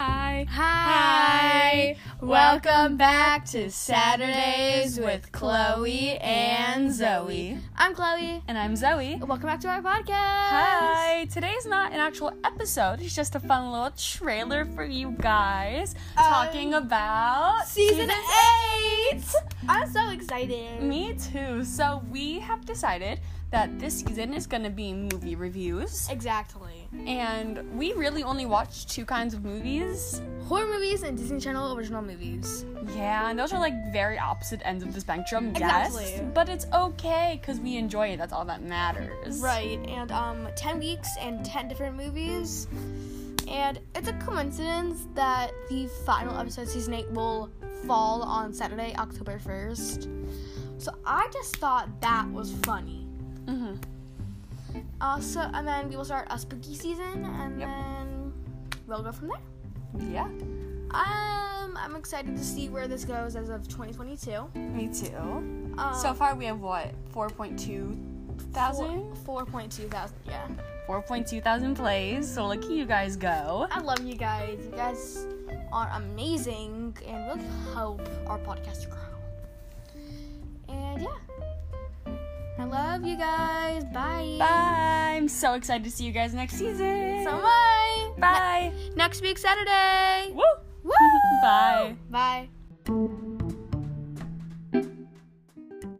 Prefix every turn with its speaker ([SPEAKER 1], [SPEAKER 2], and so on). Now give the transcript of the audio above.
[SPEAKER 1] Hi.
[SPEAKER 2] Hi. Welcome back to Saturdays with Chloe and Zoe. I'm Chloe.
[SPEAKER 1] And I'm Zoe.
[SPEAKER 2] Welcome back to our podcast.
[SPEAKER 1] Hi. Today's not an actual episode, it's just a fun little trailer for you guys
[SPEAKER 2] Um,
[SPEAKER 1] talking about
[SPEAKER 2] Season eight. I'm so excited.
[SPEAKER 1] Me too. So we have decided that this season is going to be movie reviews
[SPEAKER 2] Exactly.
[SPEAKER 1] and we really only watch two kinds of movies.
[SPEAKER 2] Horror movies and Disney Channel original movies.
[SPEAKER 1] Yeah, and those are like very opposite ends of the spectrum, yes.
[SPEAKER 2] Exactly.
[SPEAKER 1] But it's okay cuz we enjoy it. That's all that matters.
[SPEAKER 2] Right. And um, ten weeks and ten different movies. And it's a coincidence that the final episode of season eight will fall on Saturday, October first. So I just thought that was funny.
[SPEAKER 1] Mhm.
[SPEAKER 2] Also, and then we will start a spooky season, and
[SPEAKER 1] Yep.
[SPEAKER 2] then we'll go from there.
[SPEAKER 1] Yeah.
[SPEAKER 2] Um, I'm excited to see where this goes as of 2022. Um,
[SPEAKER 1] Me too. so far we have what? 4.2 thousand?
[SPEAKER 2] Four point two thousand. Yeah,
[SPEAKER 1] 4.2 thousand plays. So look at you guys go.
[SPEAKER 2] I love you guys. You guys are amazing, and really help our podcast to grow. And yeah, I love you guys. Bye.
[SPEAKER 1] Bye. I'm so excited to see you guys next season.
[SPEAKER 2] So bye.
[SPEAKER 1] Bye.
[SPEAKER 2] Ne- next week Saturday.
[SPEAKER 1] Woo.
[SPEAKER 2] Woo.
[SPEAKER 1] Bye.
[SPEAKER 2] Bye.